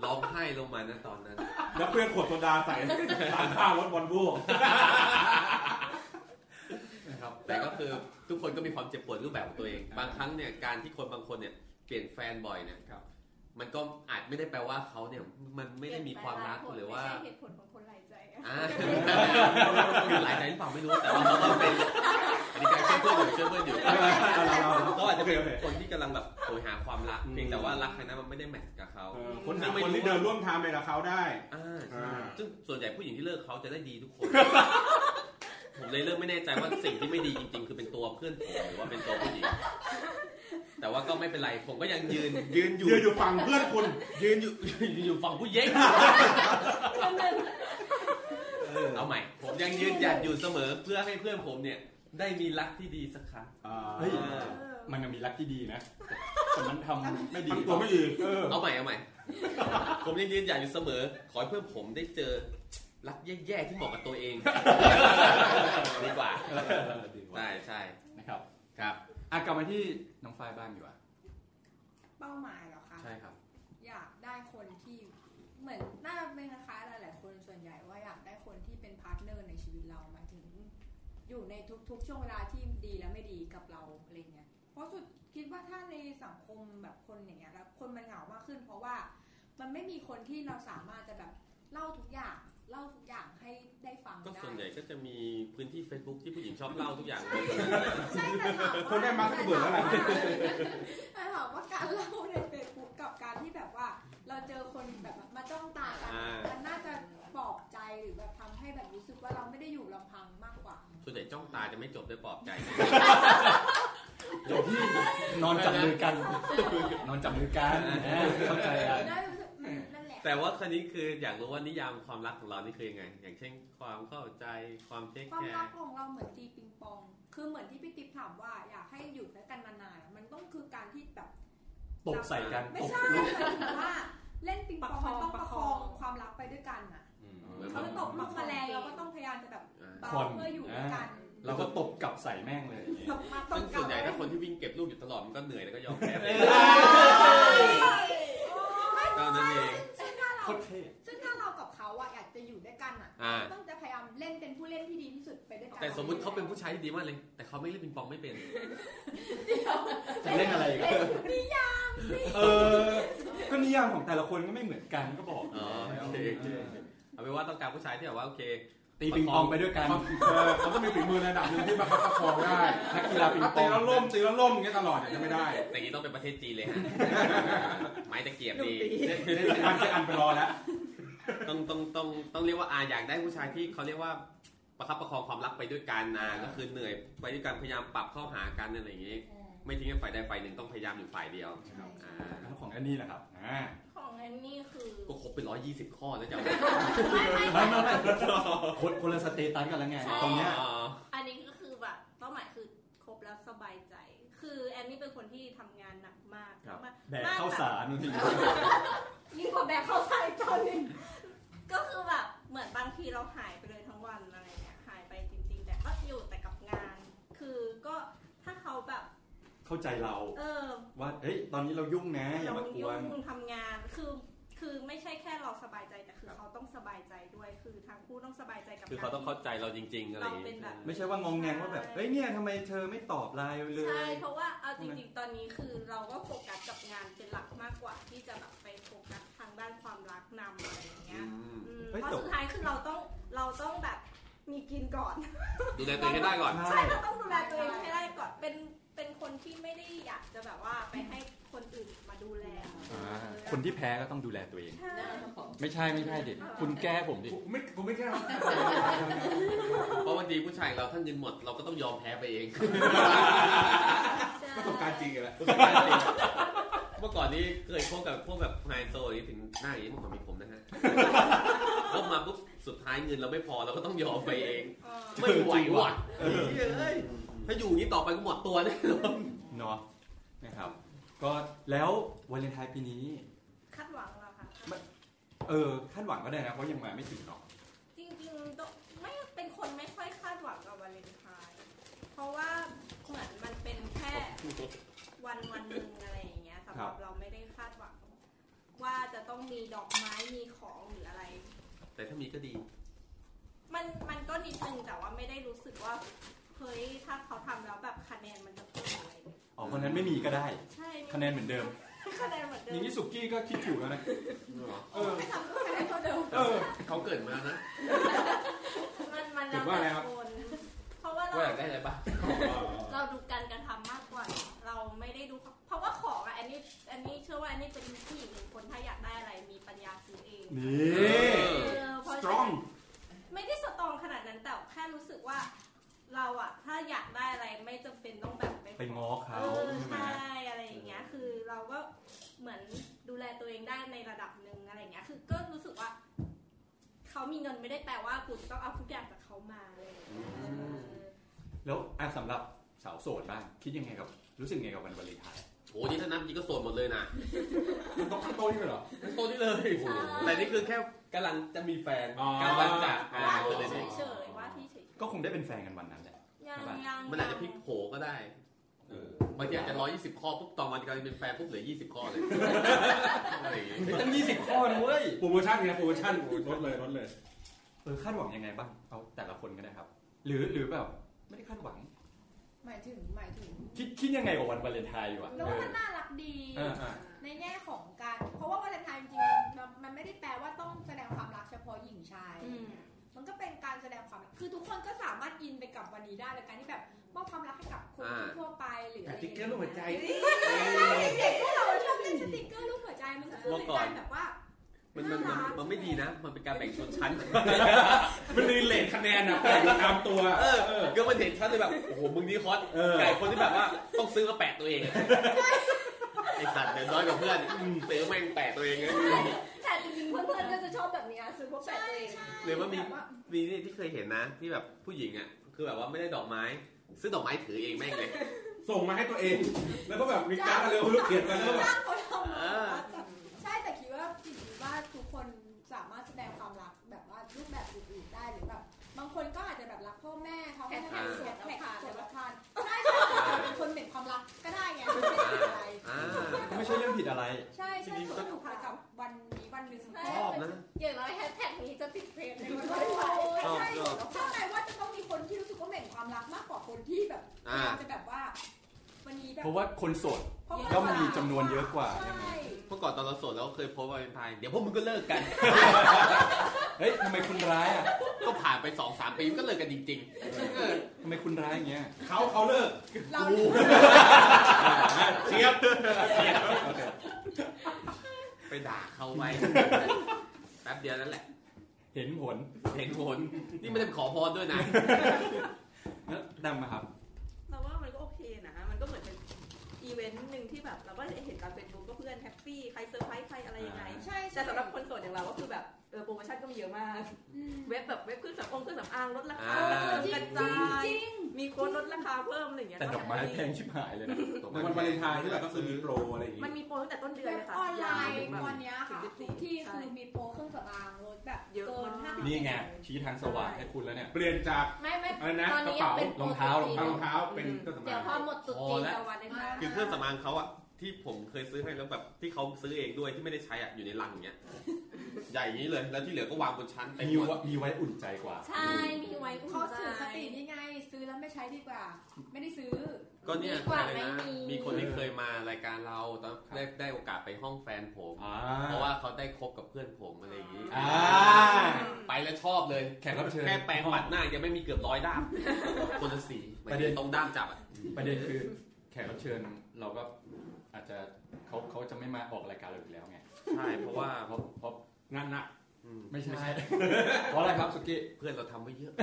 ร้องไห้ลงมานะตอนนั้น แล้วเพื่อนขวดโซดาใส่หลังข้าวรถบอลบู นะครับ แต่ก็คือทุกคนก็มีความเจ็บปวดรูปแบบของตัวเอง บางครั้งเนี่ยการที่คนบางคนเนี่ยเปลี่ยนแฟนบ่อยเนี่ย ครับ มันก็อาจไม่ได้แปลว่าเขาเนี่ยมันไม่ได้มีความรักหรือว่า ไม่ใช่เหตุผลของคนหลายใจอะ อ่าคือหลายใจหรือเปล่าไม่รู้แต่ว่าเขาก็เป็นอันนี้การช่วยเพื่อนอยู่ช่วยเพื่อนอยู่ก็อาจจะเป็น โอเคโอเค คนที่กำลังแบบโหยหาความรักเพียงแต่ว่ารักครั้งนั้นมันไม่ได้แมทช์กับเขา เออคนหาคนที่เดินร่วมทางไปกับเขาได้ อ่าใช่ อ่า ซึ่งส่วนใหญ่ผู้หญิงที่เลิกเขาจะได้ดีทุกคน ผมเลยเริ่มไม่แน่ใจว่าสิ่งที่ไม่ดีจริงๆ คือเป็นตัวเพื่อนผมหรือว่าเป็นตัวผู้หญิง แต่ว่าก็ไม่เป็นไร ผมก็ยังยืน ยืนอยู่ ยืนอยู่ฝั่งเพื่อนคุณ ยืนอยู่ ยืนอยู่ฝั่งผู้หญิงเอาใหม่ ผมยังยืนหยัดอยู่เสมอเพื่อให้เพื่อนผมเนี่ย ได้มีรักที่ดีสักครั้ง เฮ้ย อ่า มันยังมีรักที่ดีนะแต่แต่มันทำไม่ดี มันตัวไม่ดีเออ เอาใหม่เอาใหม่ ผมยังยืนหยัดอยู่เสมอ ขอให้เพื่อนผมได้เจอรักแย่ๆที่เหมาะกับตัวเอง [laughs] ดีกว่า ใช่ใช่ นะครับ ครับ อ่ะกลับมาที่น้องฝ้ายบ้างดีกว่า เป้าหมายเหรอคะ ใช่ครับ อยากได้คนที่เหมือนน่าเป็นคล้ายๆหลายๆคนส่วนใหญ่ว่าอยากได้คนที่เป็นพาร์ทเนอร์ในชีวิตเราหมายถึง อยู่ในทุกๆ ช่วงเวลาที่ดีและไม่ดีกับเราอะไรเงี้ยเพราะสุดคิดว่าถ้าในสังคมแบบคนอย่างเงี้ยแล้วคนมันเหงามากขึ้น เพราะว่ามันไม่มีคนที่เราสามารถจะแบบเล่าทุกอย่างเล่าทุกอย่างให้ได้ฟัง ก็ ได้ ส่วนใหญ่ก็จะมีพื้นที่ Facebook ที่ผู้หญิงชอบเล่าทุกอย่าง ใช่ใช่แต่ถามว่า คนได้มาร์คเบิร์ดแล้วล่ะ แต่ถามว่าการเล่าในเฟซบุ๊กกับการที่แบบว่า เราเจอคนแบบมาจ้องตากัน อ่า มันน่าจะปลอบใจหรือแบบทำให้แบบรู้สึกว่าเราไม่ได้อยู่ลำพังมากกว่า ส่วนใหญ่จ้องตาจะไม่จบด้วยปลอบใจ จบที่นอนจับมือกัน นอนจับมือกันนะเข้าใจอ่ะ ได้รู้สึกอืมนั่นแหละ แต่ว่าคันนี้คืออยากรู้ว่านิยามความรักของเรานี่คือยังไง อย่างเช่นความเข้าใจความเทค ความ แค รัก ร์ ของเราเหมือนตีปิงปอง คือเหมือนที่พี่ติ๊บถามว่าอยากให้อยู่ด้วยกันนานๆอะมันต้องคือการที่ [laughs] แบบ ตบใส่กัน ไม่ ตบ ใช่หมายถึงว่าเล่นปิงปองมันต้องประคองความรักไปด้วยกันอ่ะเขาจะตกลูกแมลงเราก็ต้องพยายามจะแบบเบาเพื่ออยู่ด้วยกัน เราก็ตบกลับใส่แม่งเลยอย่างเงี้ย ตกมาต ซึ่ ก ง กส่ลับ วนใหญ่ถ้าคนที่วิ่งเก็บลูกอยู่ตลอดมันก็เหนื่อยแล้วก็ยอมแพ้ไปก็นั่นเอง โคตรเท่ ซึ่งถ้าเรากับเขาอะอยากจะอยู่ด้วยกันอ่ะ อ่า ต้องจะพยายามเล่นเป็นผู้เล่นที่ดีที่สุดไปด้วยกัน แต่สมมุติเขาเป็นผู้ชายที่ดีมากเลย แต่เขาไม่เล่นปิงปองไม่เป็น จะเล่นอะไรอีกอะเออ ก็นิยามของแต่ละคนก็ไม่เหมือนกันก็บอก อ๋อโอเคโอเค เอาเป็นว่าต้องการผู้ชายที่แบบว่าโอเค ตีปิงปองไปด้วยกัน เออเขาต้องมีฝีมือในระดับหนึงที่มาประคองได้ นักกีฬาปิง ถ้า ป ตี อง แล้วล่มตีแล้วล่มอย่างเงี้ยตลอดเนี่ยจะไม่ได้ แต่อย่างนี้ต้องเป็นประเทศจีนเลยฮะ ไม้ตะเกียบดี เล่นอันจะอันไปรอแล้ว ต้องต้องต้องต้องเรียกว่าอาอยากได้ผู้ชายที่เขาเรียกว่าประคับประคองความรักไปด้วยกันนะก็คือเหนื่อยไปด้วยกันพยายามปรับเข้าหากันอะไรอย่างนี้ ไม่ทิ้งให้ฝ่ายใดฝ่ายหนึ่งต้องพยายามอยู่ฝ่ายเดียว ครับ อ่า แล้วของอันนี้แหละครับอ่า ของแอนนี่คือ ก็ครบเป็นร้อยยี่สิบข้อแล้วจะเอา ไม่ไม่ ไม่ไม่ไม่คนคนละสเตตัสกันแล้วไงตรงเนี้ย อ๋อ อันนี้ก็คือแบบเป้าหมายคือครบแล้วสบายใจ คือแอนนี่เป็นคนที่ทำงานหนักมาก ครับ มาก แดกข้าวสารบางที ยิ่งกว่าแบกเข้าใส่ตอนนี้ [laughs] ก็คือแบบเหมือนบางทีเราหายไปเลยทั้งวันอะไรเงี้ยหายไปจริง ๆ แต่ก็อยู่แต่กับงาน คือก็ถ้าเขาแบบ เข้าใจเรา เออ ว่าเฮ้ยตอนนี้เรายุ่งนะอย่า เรา มากว ยุ่ น งทำงานคือ คือไม่ใช่แค่เราสบายใจแต่คือเขาต้องสบายใจด้วย คือทางคู่ต้องสบายใจกับ คือเขาต้องเข้าใจเราจริง ๆ อะไรอย่าง เราเป็น เงี้ แบบ ย ไม่ใช่ว่างงแงงว่าแบบเอ้ยเนี่ยทำไมเธอไม่ตอบไลน์เล ใช่ ย เพราะว่าเอาจริงๆ ตอนนี้คือเราก็โฟกัสกับงานเป็นหลักมากกว่า ที่จะแบบไปโฟกัสทางด้านความรักนำอะไรอย่างเงี้ยอืม เฮ้ย เพราะ แต่ สุดท้ายคือเราต้องเราต้องแบบมีกินก่อน ดูแลตัวเองให้ได้ก่อน ใช่ ใช่เราต้องดูแลตัวเองให้ได้ก่อน เป็นเป็นคนที่ไม่ได้อยากจะแบบว่าไปให้คนอื่นมาดูแล อ่าคนที่แพ้ก็ต้องดูแลตัวเอง ใช่ ไม่ใช่ไม่ใช่ดิคุณแก้ผมดิ กูไม่กูไม่แก้ว เพราะบางทีผู้ชายเราท่านเงินหมด เราก็ต้องยอมแพ้ไปเอง ใช่ ประสบการณ์จริงอีกแล้ว เมื่อก่อนนี้เคยพบกับพวกแบบไฮโซอย่างนี้ถึงหน้าอย่างนี้เมื่อก่อนมีผมนะฮะเข้ามาปุ๊บสุดท้ายเงินเราไม่พอเราก็ต้องยอมไปเอง เออ ไม่ไหวว่ะเฮ้ยถ้าอยู่อย่างนี้ต่อไปก็หมดตัวแน่นอน เนาะนะครับ ก็แล้ววาเลนไทน์ปีนี้ คาดหวังเหราค่ะ เออคาดหวังก็ได้นะ เพราะยังมาไม่ถึงหรอก จริงๆต้องไม่เป็นคนไม่ค่อยคาดหวังกับวาเลนไทน์เพราะว่าเหมือนมันเป็นแค่วันวันหนึ่งอะไรอย่างเงี้ยสำห ครั รับบ เราไม่ได้คาดหวัง ว่าจะต้องมีดอกไม้มีของหรืออะไร แต่ถ้ามีก็ดี มันมันก็นิดนึงแต่ว่าไม่ได้รู้สึกว่าเฮ้ยถ้าเขาทำแล้วแบบคะแนนมันจะเพิ่มอะไร อ๋อคนนั้นไม่มีก็ได้ ใช่ คะแนนเหมือนเดิม [laughs] คะแนนเหมือนเดิ อยิ ม งที่สุกี้ก็คิดถูกแล้วนะเออ ไม่ทำก็คะแนนเท่าเดิม เออ เขาเกิดมานะ มันมัน ถึ แล้ว งว่าอะไร แต่ ครับ [laughs] คนเพราะว่า ว่าอ เรา ยากได้อะไรบ้าง เราดูการกระทำมากกว่า เราไม่ได้ดู เพราะว่าของอะแอนนี่แอนนี่เชื่อว่าแอนนี่เป็นผู้หญิงหนึ่งคนถ้าอยากได้อะไรมีปัญญาซื้อเอง นี เอ่ อ เออเพราะ strong ไม่ได้สตรองขนาดนั้นแต่แค่รู้สึกว่า เราอะถ้าอยากได้อะไรไม่จำเป็นต้องแบบไป ไปง้อเขา เออ ใช่ไหม ใช่อะไรอย่างเงี้ย คือเราก็เหมือนดูแลตัวเองได้ในระดับหนึ่งอะไรอย่างเงี้ย คือก็รู้สึกว่า เขามีเงินไม่ได้แปลว่ากูจะต้องเอาทุกอย่างจากเขามาเลยเออ แล้วอ่ะสำหรับสาวโสดบ้างคิดยังไงกับ รู้สึกไงกับวันวาเลนไทน์ โอ้ยนี่ถ้านับจริงก็โสดหมดเลยนะ มันต้องโต้นี่เลยเหรอ โสดนี่เลย ใช่ แต่นี่คือแค่กำลังจะมีแฟน อ๋อ กำลังจะอ่า ว่า เกิดอะไร ที่ นี่ เฉยๆว่าที่เฉย ก็คงได้เป็นแฟนกันวันนั้นแหละ ๆยังยัง มันอาจจะพลิกโผก็ได้ เออบ างทีอาจจะร้อยยี่สิบข้อปุ๊บตอนวันกลายเป็นแฟนปุ๊บเหลือยี่สิบข้อ [laughs] เลย อะไรอย่างเงี้ย ตั้งยี่สิบข้อนะเว้ย โปรโมชั่นไงโปรโมชั่นลดเลยลดเลย เออคาดหวังยังไงบ้าง เอาแต่ละคนก็ได้ครับ หรือหรือแบบไม่ได้คาดหวัง หมายถึงหมายถึง คิดคิดยังไงกับวันวาเลนไทน์อยู่อะ แล้ว เอ ว่า อ มันน่ารักดี เออเออ ในแง่ของการ เพราะว่าวาเลนไทน์จริงๆมันมันไม่ได้แปลว่าต้องแสดงความรักเฉพาะหญิงชาย อืม มันก็เป็นการแสดงความรักคือทุกคนก็สามารถอินไปกับวันนี้ได้ในการที่แบบมอบความรักให้กับคนทั่วๆไปหรืออะไรอย่างเงี้ย เด็กพวกเราชอบเล่นสติกเกอร์รูปหัวใจมันก็คือเป็นการแบบว่า มันมันมันมันไม่ดีนะ มันเป็นการแบ่งชนชั้น มันรีเลทคะแนนอะแปะอยู่ตามตัว เออก็มันเห็นชัดเลยแบบ โอ้โห มึงนี่ฮอต เออ ไก่คนที่แบบว่าต้องซื้อมาแปะตัวเองอะไอสัตว์เดินน้อยกว่าเพื่อนซื้อแม่งแปะตัวเองเลย แต่จริงๆเพื่อนๆก็จะชอบแบบเนี้ยซื้อพวกแปดตัวเอง หรือว่ามี แบบว่า มีนี่ที่เคยเห็นนะ ที่แบบผู้หญิงอ่ะ คือแบบว่าไม่ได้ดอกไม้ ซื้อดอกไม้ถือเองแม่งเลย ส่งมาให้ตัวเอง แล้วก็แบบมีการ์ดอะไรไม่รู้เขียนมาแล้วแบบ จ้างเขาทำ เอ มา อ ใช่แต่คิดว่าจริงๆว่าทุกคนสามารถแสดงความรักแบบว่ารูปแบบอื่นๆได้หรือแบบบางคนก็อาจจะแบบรักพ่อแม่เขาให้ทำสวนแหลกสวนละทานใช่ใช่แต่เป็นคนเหม็นความรักก็ได้ไงไม่ได้ผิดอะไร อ่า ก็ไม่ใช่เรื่องผิดอะไร ใช่ใช่สนุกไปกับวันนี้วันหนึ่ง ชอบนะ อย่างน้อยแฮชแท็กนี้จะติดเทรนด์ในวัน ใช่ [laughs] วัน ใช่ ชอบ ใช่ ชอบ เข้าใจว่าจะต้องมีคนที่รู้สึกว่าเหม็นความรักมากกว่าคนที่แบบ อ่า จะแบบว่า วันนี้แบบ เพราะว่าคนโสด เพราะว่า ย่อมมีจำนวนเยอะกว่าใช่ ใช่ ไหม เมื่อก่อนตอนเราโสดเราก็เคยโพสต์วาเลนไทน์เดี๋ยวพวกมึงก็เลิกกัน เฮ้ยทำไมคุณร้ายอ่ะ ก็ผ่านไปสองสามปีมันก็เลิกกันจริงๆเออ ทำไมคุณร้ายอย่างเงี้ย เขาเขาเลิก เรา เชียบไปด่าเขาไว้ [laughs] แป๊บเดียวนั่นแหละ เห็นผล เห็นผลนี่ไม่ได้ไปขอพรด้วยนะ แล้วดำอะครับ เราว่ามันก็โอเคนะ มันก็เหมือนเป็นอีเวนต์หนึ่งที่แบบเราก็เห็นตามเฟซบุ๊กก็เพื่อนแฮปปี้ใครเซอร์ไพรส์ใครอะไรยังไง ใช่ แต่สำหรับคนโสดอย่างเราก็คือแบบเออโปรโมชั่นก็มีเยอะมาก อืม เว็บแบบเว็บเครื่องสำอางเครื่องสำอางลดราคา อ่า กระจาย มีโค้ดลดรา าเพิ่มอะไรอย่างเงี้ย แต่ดอกไม้แพงชิบหายเลยนะดอก ใน ไม้ วันวาเลนไทน์ที่แบบก็คือมีโปรอะไรอย่างงี้ มันมีโปรตั้งแต่ต้นเดือ เว็บนค่ะ ออนไลน์ตอนเนี้ยค่ะ สิบสี่ ทุกที่ ใช่ คือมีโปรเครื่องสำอางลดแบบ เยอะ เกิน มา ห้าก สิบ นี่ไงชี้ทางสว่างให้คุณแล้วเนี่ย เปลี่ยนจาก ไม่ไม่ อะไรนะ ตอน กระ นี้ยัง เป๋า เป็น รองเท้า ปกติ เอารองเท้าเป็นเครื่องสำ เดี๋ย อาว ง พอหมดตรุ๊ พ จี อน แล้ว ตะวันเองนะ คือเครื่องสำอางเขาอะที่ผมเคยซื้อให้แล้วแบบที่เขาซื้อเองด้วยที่ไม่ได้ใช้อะอยู่ในลังอย่างเงี้ยใหญ่อย่างนี้เลยแล้วที่เหลือก็วางบนชั้นเต็ม มี หมด ไว้มีไว้อุ่นใจกว่า ใช่มีไว้อุ่น เขา ใจ ถือคตินี่ไง ซื้อแล้วไม่ใช้ดีกว่า ไม่ได้ซื้อ ก็เนี่ย ดีกว่า อะไร ไม่ นะ มี มีคนที่เคยมารายการเราตอนได้ได้โอกาสไปห้องแฟนผม อ่า เพราะว่าเขาได้คบกับเพื่อนผมอะไรอย่างนี้ อ่า ไปแล้วชอบเลย แขกรับเชิญ แค่แปรงบัดหน้ายังไม่มีเกือบร้อยด้ามคนละสี ประเด็น ตรงด้ามจับอะ ประเด็นคือแขกรับเชิญเราก็อาจจะเขาเขาจะไม่มาออกรายการเราอีกแล้วไง ใช่เพราะว่า เพราะเพราะ งานหนัก ไม่ใช่ เพราะอะไรครับสุกี้ เพื่อนเราทำไว้เยอะ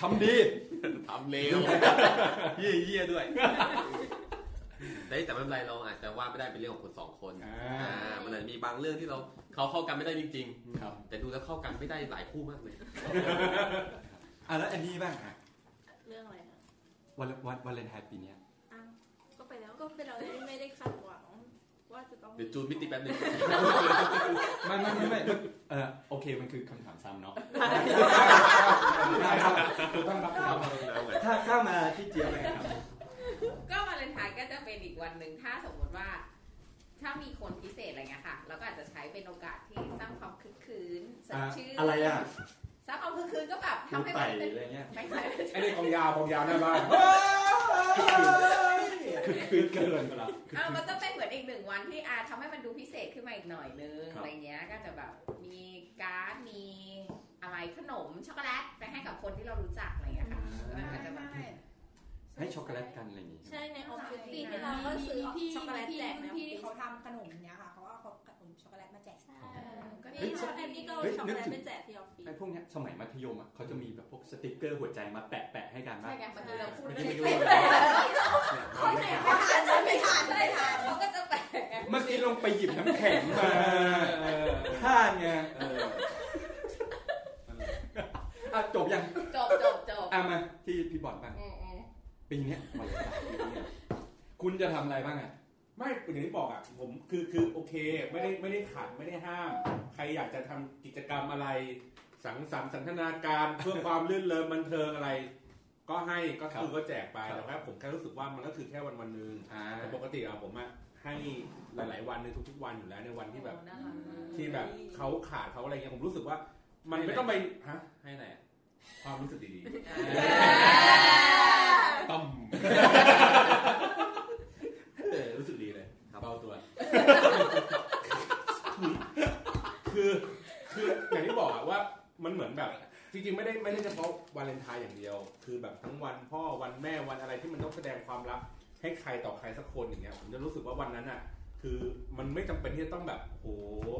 ทำดี ทำเร็ [laughs] วเยี่ยเยี่ยด้วยแต่แต่ไม่เป็นไรเราอาจจะว่าไม่ได้เป็นเรื่องของคนสองคน อ่า อ่ามันอาจจะมีบางเรื่องที่เราเขาเข้ากันไม่ได้จริง ครับ ๆ แต่ดูแล้วเข้ากันไม่ได้หลายคู่มากเลย อ่ะแล้วแอนนี่บ้างอ่ะ เรื่องอะไรนะ วันวันวันเลนไทน์ปีเนี้ย อ้าวก็ไปแล้วก็ไปแล้วไม่ได้คาดหวังว่าจะต้อง เดี๋ยวจูนมิติแป๊บ [laughs] หนึง ไม่ไม่ไม่ไม่เออโอเคมันคือคำถามซ้ำเนาะ ถูกต้องครับ ถ้าข้ามาที่เจียวเลยครับ ก็วาเลนไทน์ก็จะเป็นอีกวันหนึ่งถ้าสมมติว่า ถ้ามีคนพิเศษอะไรเงี้ยค่ะเราก็อาจจะใช้เป็นโอกาสที่สร้างความคึกคืนสดชื่น อะไรอ่ะ สร้างความคึกคืนก็แบบ ครู ทำให้ ไต่ มันเป็น อะไรเงี้ย ไม่ใช่ ไอ้นี่กองยาวกองยาวหน้าบ้าน คือคือเกินไปแล้ว [laughs] อ่ะมันจะเป็นเหมือนอีกหนึ่งวันที่อาทำให้มันดูพิเศษขึ้นมาอีกหน่อยนึง ครับ อะไรเงี้ยก็จะแบบมีการ์ดมีอะไรขนมช็อกโกแลตไปให้กับคนที่เรารู้จักอะไรเงี้ยค่ะแล้วมันก็จะแบบ ให้ช็อกโกแลตกันอะไรอย่างงี้ ใช่ในออฟฟิศ ปี ปี ที่ ที่ แล้ แล้วว ก็ ก็ ซื้ ซื้ อ อ พี่ ช็อกโกแลต พี่ แจกในออฟ พี่ ฟิ ที่ ศ เขาทำขนมเนี้ยค่ะเขาเอาขนมช็อกโกแลตมาแจก เออก็ดี นี่เขาแอนนี่ก็เอา เฮ้ย ช็อก นึกโกแลต ถึง ไปแจกที่ออฟฟิศ ไอ้พวกเนี้ยสมัยมัธยมอ่ะเขาจะมีแบบพวกสติกเกอร์หัวใจมาแปะแปะๆให้กันว่า ใช่ไงบางทีเราพูด ไม่ ไม่ ได้ ได้ ไม่รู้ คนไหนไม่ทานฉันไม่ทานฉันไม่ทานเขาก็จะแปลกไง เมื่อกี้ลงไปหยิบน้ำแข็งมาพลาดไง เออ อ่ะจบยัง จบจบจบ อ่ะมาที่พี่บอลบ้าง เออเออ ปีเนี้ยมาเลยครับปีเนี้ยคุณจะทำอะไรบ้างอ่ะ ไม่อย่างที่บอกอ่ะผมคือคือโอเค ไม่ได้ไม่ได้ขัดไม่ได้ห้าม ใครอยากจะทำกิจกรรมอะไร สังสรรค์สันทนาการเพื่อความลื่นเลงบันเทิงอะไร ก็ให้ก็คือก็แจกไป ครับ แต่ว่าผมแค่รู้สึกว่ามันก็คือแค่วันวันหนึ่ง อ่า แต่ปกติอะผมอะให้หลาย ๆ วันในทุก ๆ วันอยู่แล้วในวันที่แบบ น่ารักมาก ที่แบบเขาขาดเขาอะไรเงี้ยผมรู้สึกว่า มันไม่ต้องไปฮะ ให้ไหน ความรู้สึกดีๆ ต้ม เออรู้สึกดีเลย เบาตัว [laughs] คือคืออย่างที่บอกอะว่ามันเหมือนแบบ จริงๆ ไม่ได้ไม่ได้เฉพาะวาเลนไทน์อย่างเดียว คือแบบทั้งวันพ่อวันแม่วันอะไรที่มันต้องแสดงความรักให้ใครต่อใครสักคนอย่างเงี้ยผมจะรู้สึกว่าวันนั้นอะคือมันไม่จำเป็นที่จะต้องแบบโห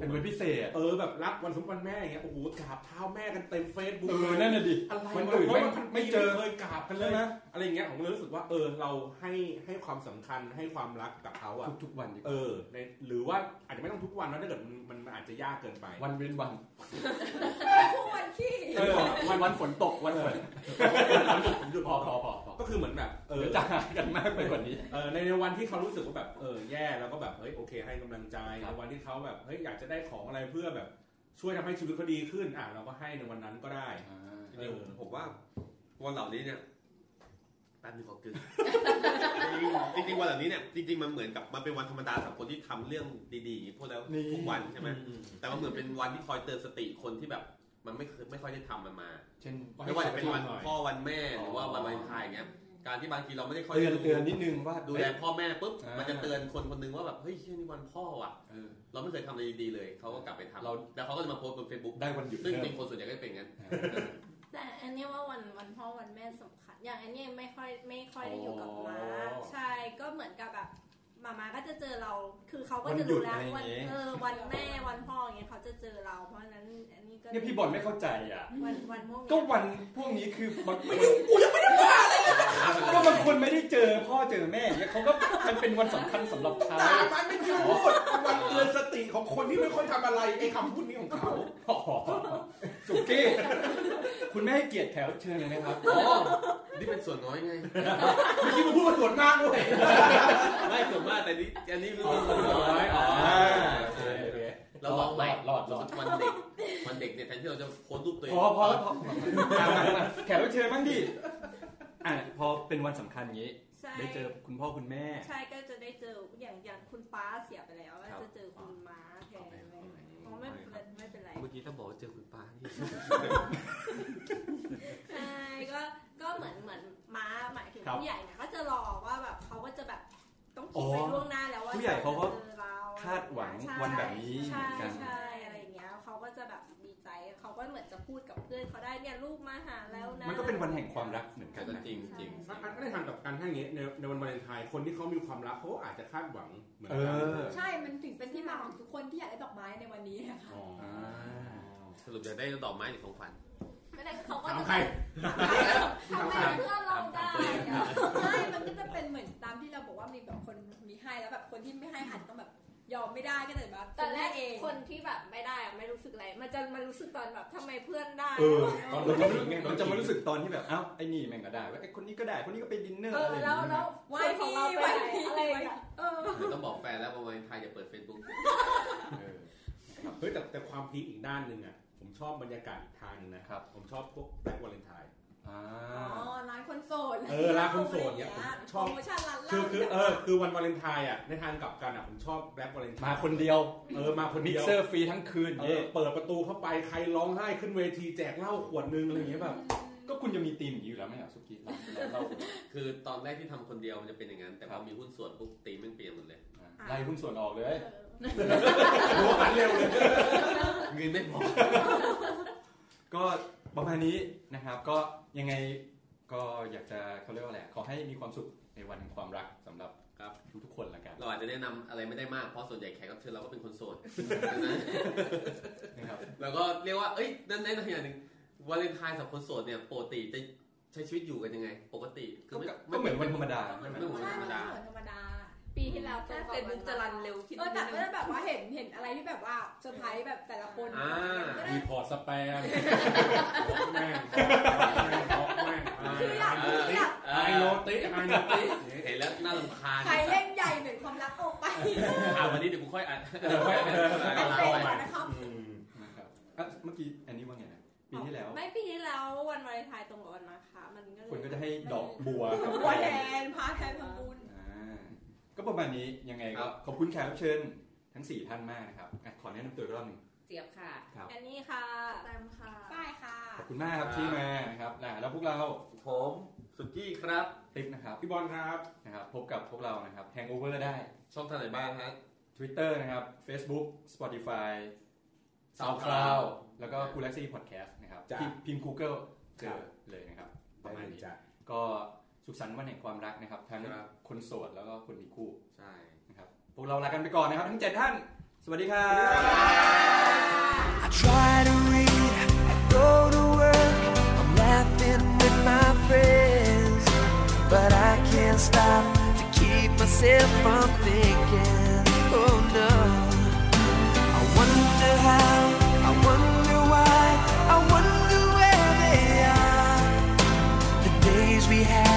เป็นวันพิเศษ เออแบบรักวันสมวันแม่อย่างเงี้ยโอ้โหกราบเท้าแม่กันเต็มเฟซบุ๊ก เออนั่นน่ะดิ อะไร คน วะ อื่น เพราะว่า ไม่ มัน ไม่ ไม่ เจ เจ อ อเคยกราบกันเลยนะอะไรอย่างเงี้ยผมเลยรู้สึกว่าเออเราให้ให้ความสำคัญให้ความรักกับเขาอะ ทุกๆวันดีกว่า เออในหรือว่าอาจจะไม่ต้องทุกวันนะถ้าเกิดมันมันอาจจะยากเกินไป วันเว้นวัน ทุกวันที่ [laughs] เออ วันวันฝนตกวันฝน ผมหยุด พ พ อ อ พอพอพอ ก็คือเหมือนแบบเออ เดี๋ยวจะหายกันมากไปกว่านี้ เออในในวันที่เขารู้สึกว่าแบบเออแย่แล้วก็แบบเฮ้ยโอเค ให้กำลังใจ ครับ ในวันที่เขาแบบเฮ้ยอยากจะได้ของอะไรเพื่อแบบ ช่วยทำให้ชีวิตเขาดีขึ้นอ่ะเราก็ให้ในวันนั้นก็ได้ อ่า เออ ผมว่าวันเหล่านี้เนี่ยแป๊บนึงขอกึ่งจริงๆจริงๆวันเหล่านี้เนี่ยจริงๆมันเหมือนกับมันเป็นวันธรรมดาสำหรับคนที่ทำเรื่องดีๆอย่างนี้พวกแล้ว นี่ ทุกวันใช่ไหม อืม แต่มันเหมือนเป็นวันที่คอยเตือนสติคนที่แบบ มันไม่เคยไม่ค่อยได้ทำมันมา เช่น ไม่ว่าจะเป็นวัน หน่อย พ่อวันแม่หรือว่า อ๋อ วันวาเลนไทน์อย่างเงี้ย การที่บางทีเราไม่ได้ค่อย เตือน ดู เตือนนิดนึงว่าดูดูแล แล พ่อแม่ปุ๊บ อ่ามั มันจะเตือนคนคนหนึงว่าแบบเฮ้ยเชี่ยนี่วันพ่ออ่ะ เออ เราไม่เคยทำอะไรดีๆเลยเขาก็กลับไปทำ เรา แล้วเขาก็จะมาโพสต์บนเฟซบุ๊ก ได้วันหยุด ซึ่ง เพิ่ม เป็นคนส่วนใหญ่ก็จะเป็นงั้น แต่อันเนี้ยว่าวันวันพ่อวันแม่สำคัญ อย่างอันเนี้ยไม่ค่อยไม่ค่อยได้อยู่กับม้า อ๋อ ใช่ก็เหมือนกับแบบมามาก็จะเจอเรา คือเขาก็ วัน จะ หยุ รู้ ด แล้ว อะไร วัน อย่างเงี้ย เออวันแม่วันพ่ออย่างเงี้ยเขาจะเจอเรา เพราะฉะนั้นอันนี้ก็ เนี่ยพี่บอลไม่เข้าใจอ่ะ วันวันพวก ก็ เนี้ย วันพวกนี้คือบางคนกูยังไม่ได้ว่าอะไรก็บางคนไม่ได้เจอพ่อเจอแม่เนี่ยเขาก็มันเป็นวันสำคัญสำหรับเขา อ่ะมัน [laughs] ไม่ยืนพูดวันเตือนสติของคนที่ไม่ค่อยทำอะไรไอ้คำพูดนี้ของเขา สุกี้คุณ ไม่ให้เกียรติแขกรับเชิญเลยนะครับ อ๋อนี่เป็นส่วนน้อยไง เมื่อกี้มึงพูดว่าส่วนมากด้วย [laughs] ไม่ส่วนมากแต่นี่อันนี้มันเป็นส่วน ส่วน น้ น้ อ อยย อ๋ อ๋ อ อ เออ โอเค เราลองใหม่ หลอดหลอด วันเด็กวันเด็กเนี่ยแทนที่เราจะโพสต์รูปตัวเอง พอพอพอแขกรับเชิญบ้างดิอ่ะพอเป็นวันสำคัญอย่างนี้ ใช่ ได้เจอคุณพ่อคุณแม่ ใช่ก็จะได้เจออย่างอย่างคุณป้าเสียไปแล้วก็ ครับ จะเจอคุณม้าแทนอะไรอย่างเงี้ยอ๋อไม่เป็นไรไม่เป็นไร เมื่อกี้ถ้าบอกว่าเจอคุณป้านี่ [laughs] ใช่ก็ก็เหมือนเหมือนม้าหมายถึง ครับ ผู้ใหญ่เนี่ยก็จะรอว่าแบบเขาก็จะแบบต้อง อ๋ คิด อ ไปล่วงหน้าแล้วว่า ผู้ใหญ่เขาก็ จะจอเร คาดหวังวันแบบนี้ ใช่ เหมือนกัน ใช่อะไรอย่างเงี้ยเขาก็จะแบบดีใจเขาก็เหมือนจะพูดกับเพื่อนเขาได้เนี่ยลูกมาหาแล้วนะ มันก็เป็นวันแห่งความรักเหมือนกัน ก็ นะ จริงจริง ถ้าอันก็ได้ทางกลับการถ้าอย่างนี้ในในวันวาเลนไทน์คนที่เขามีความรักเขาก็อาจจะคาดหวังเหมือน เอ กั อ ใช่มันถึงเป็นที่มาของทุกคนที่อยากได้ดอกไม้ในวันนี้นะคะ อ๋อ อ่า สรุปจะได้ดอกไม้หรือของขวัญ ไม่ได้เขาก็ ถาม จะ ใคร ทำให้เพื่อนเราได้ ถามตัวเองครับ ใช่มันก็จะเป็นเหมือนตามที่เราบอกว่ามีแบบคนมีให้แล้วแบบคนที่ไม่ให้หันต้องแบบยอมไม่ได้ก็เลยแบบ ตอนแรก เอง คนที่แบบไม่ได้อะไม่รู้สึกอะไร มันจะมันรู้สึกตอนแบบทำไมเพื่อนได้ เออ ตอน เราจะ เรา ไม่ ถึ รู้ งไง เราจะไม่รู้สึกตอนที่แบบ เอ้าวไอ้นี่แม่งก็ได้เว่าไอ้คนนี้ก็ได้ คนนี้ก็ไปดินเนอร์ เอ อะไร อ อย่างเงี้ยแล้วแล้ว นะ วัยของเราไปไหนอะไรอย่างเงี้ย เออ เดี๋ยวต้องบอกแฟนแล้วว่าวันวาเลนไทน์อย่าเปิดเฟซบุ๊ก เออ เฮ้ยแต่แต่ความพีคอีกด้านหนึ่งอ่ะผมชอบบรรยากาศอีกทางหนึงนะครับ ผมชอบพวกแบล็กวาเลนไทน์ อ่า อ๋อ ร้านคนโสด เออร้านคนโสดเนี่ยช ช อ อบ บโปรโมชั่นร้านเหล้า คือคือ แบบ เออคือวันวาเลนไทน์อ่ะในทางกลับกันอ่ะผมชอบแบล็กวาเลนไท มา น์ คนเดียว เออมาคน มิ เดี ก ยว เซอร์ฟรีทั้งคืน เอ เย้ อเปิดประตูเข้าไปใครร้องไห้ขึ้นเวทีแจกเหล้าขวดนึงอะไรอย่างเงี้ยแบบ ก็คุณจะมีธีมอย่างนี้อยู่แล้วไหมอ่ะสุกี้เราเรา คือตอนแรกที่ทำคนเดียวมันจะเป็นอย่างนั้น แต่พอมีหุ้นส่วนปุ๊บตีมันเปลี่ยนหมดเลย [laughs] ไล่หุ้นส่วนออกเลย รู้กันเร็วเลย เงินไม่พอ ก็ประมาณนี้นะครับก็ยังไงก็อยากจะเขาเรียกว่าอะไรขอให้มีความสุขในวันแห่งความรักสำหรับ ครับ ทุกๆคนละกัน เราอาจจะแนะนำอะไรไม่ได้มาก เพราะส่วนใหญ่แขกรับเชิญเราก็เป็นคนโส [laughs] ด นะครับ แล้วก็เรียกว่า เอ้ย นั่นนั่นอย่างหนึ่งวาเลนไทน์สำหรับคนโสดเนี่ยปกติจะใช้ชีวิตอยู่กันยังไง ปกติคื ก็ ไม่ ก็เหมือนวันธรรมดา ไม่ ใช่ไหม เหมือนธรใช่รม มัน ดา เหมือนธรรมดา ปีที่แล้ว แต่ เฟซบุ๊ก Facebook จะ จะรั รัน นเร็ เร็ว ว คิด เออแต่ก็ได้แบบว่าเห็นเห็นอะไรที่แบบว่าเซอร์ไพรส์แบบแต่ละคน อ่า ก็ได้ มีพอร์ตสแปมแม่งแม่ง คืออยากคืออยาก ไอโนติไอโนติ เห็นแล้วน่ารำคาญ ใครเล่นใหญ่เหมือนความรักออกไป อ่ะวันนี้เดี๋ยวกูค่อยอ่าน เป็ อ่าน น เฟซ ไป ก่อนนะครับ นะครับอ่ะเมื่อกี้อันนี้ว่าไงนะปีที่แล้ว ไม่ปีที่แล้ววันวาเลนไทน์ตรงกับวันมาคะมันก็เลย คุณก็จะให้ดอกบัวกับ บัวแทนพาแทนทำบุญ อ่าก็ประมาณนี้ยังไงก็ขอบคุณแขกรับเชิญทั้งสี่ท่านมากนะครับอ่ะขอแนะนำตัวอีกรอบหนึ่ง เจี๊ยบค่ะ ครับ อันนี้ค่ะ แตมค่ะ ป้ายค่ะ ขอบคุณมากครับที่มานะครับอ่ะแล้วพวกเรา ผมสุกี้ครับ ติ๊กนะครับ พี่บอลครับ นะครับพบกับพวกเรานะครับแฮงโอเวอร์ได้ ช่องทางไหนบ้างฮะ Twitter นะครับ Facebook Spotify SoundCloud แล้วก็ Galaxy Podcast นะครับ จ้ะ พิมพ์พิมพ์ Google เจอเลยนะครับ ประมาณนี้จ้ะ ก็สุขสันต์วันแห่งความรักนะครับ ทั้ง ครับ คนโสดแล้วก็คนมีคู่ ใช่ นะครับพวกเราลากันไปก่อนนะครับ ทั้ง 7 ท่าน สวัสดีครับ I try to read, I go to work, I'm laughing with my friends, but I can't stop to keep myself from thinking, oh no. I wonder how, I wonder why, I wonder where they are, the days we had. Oh,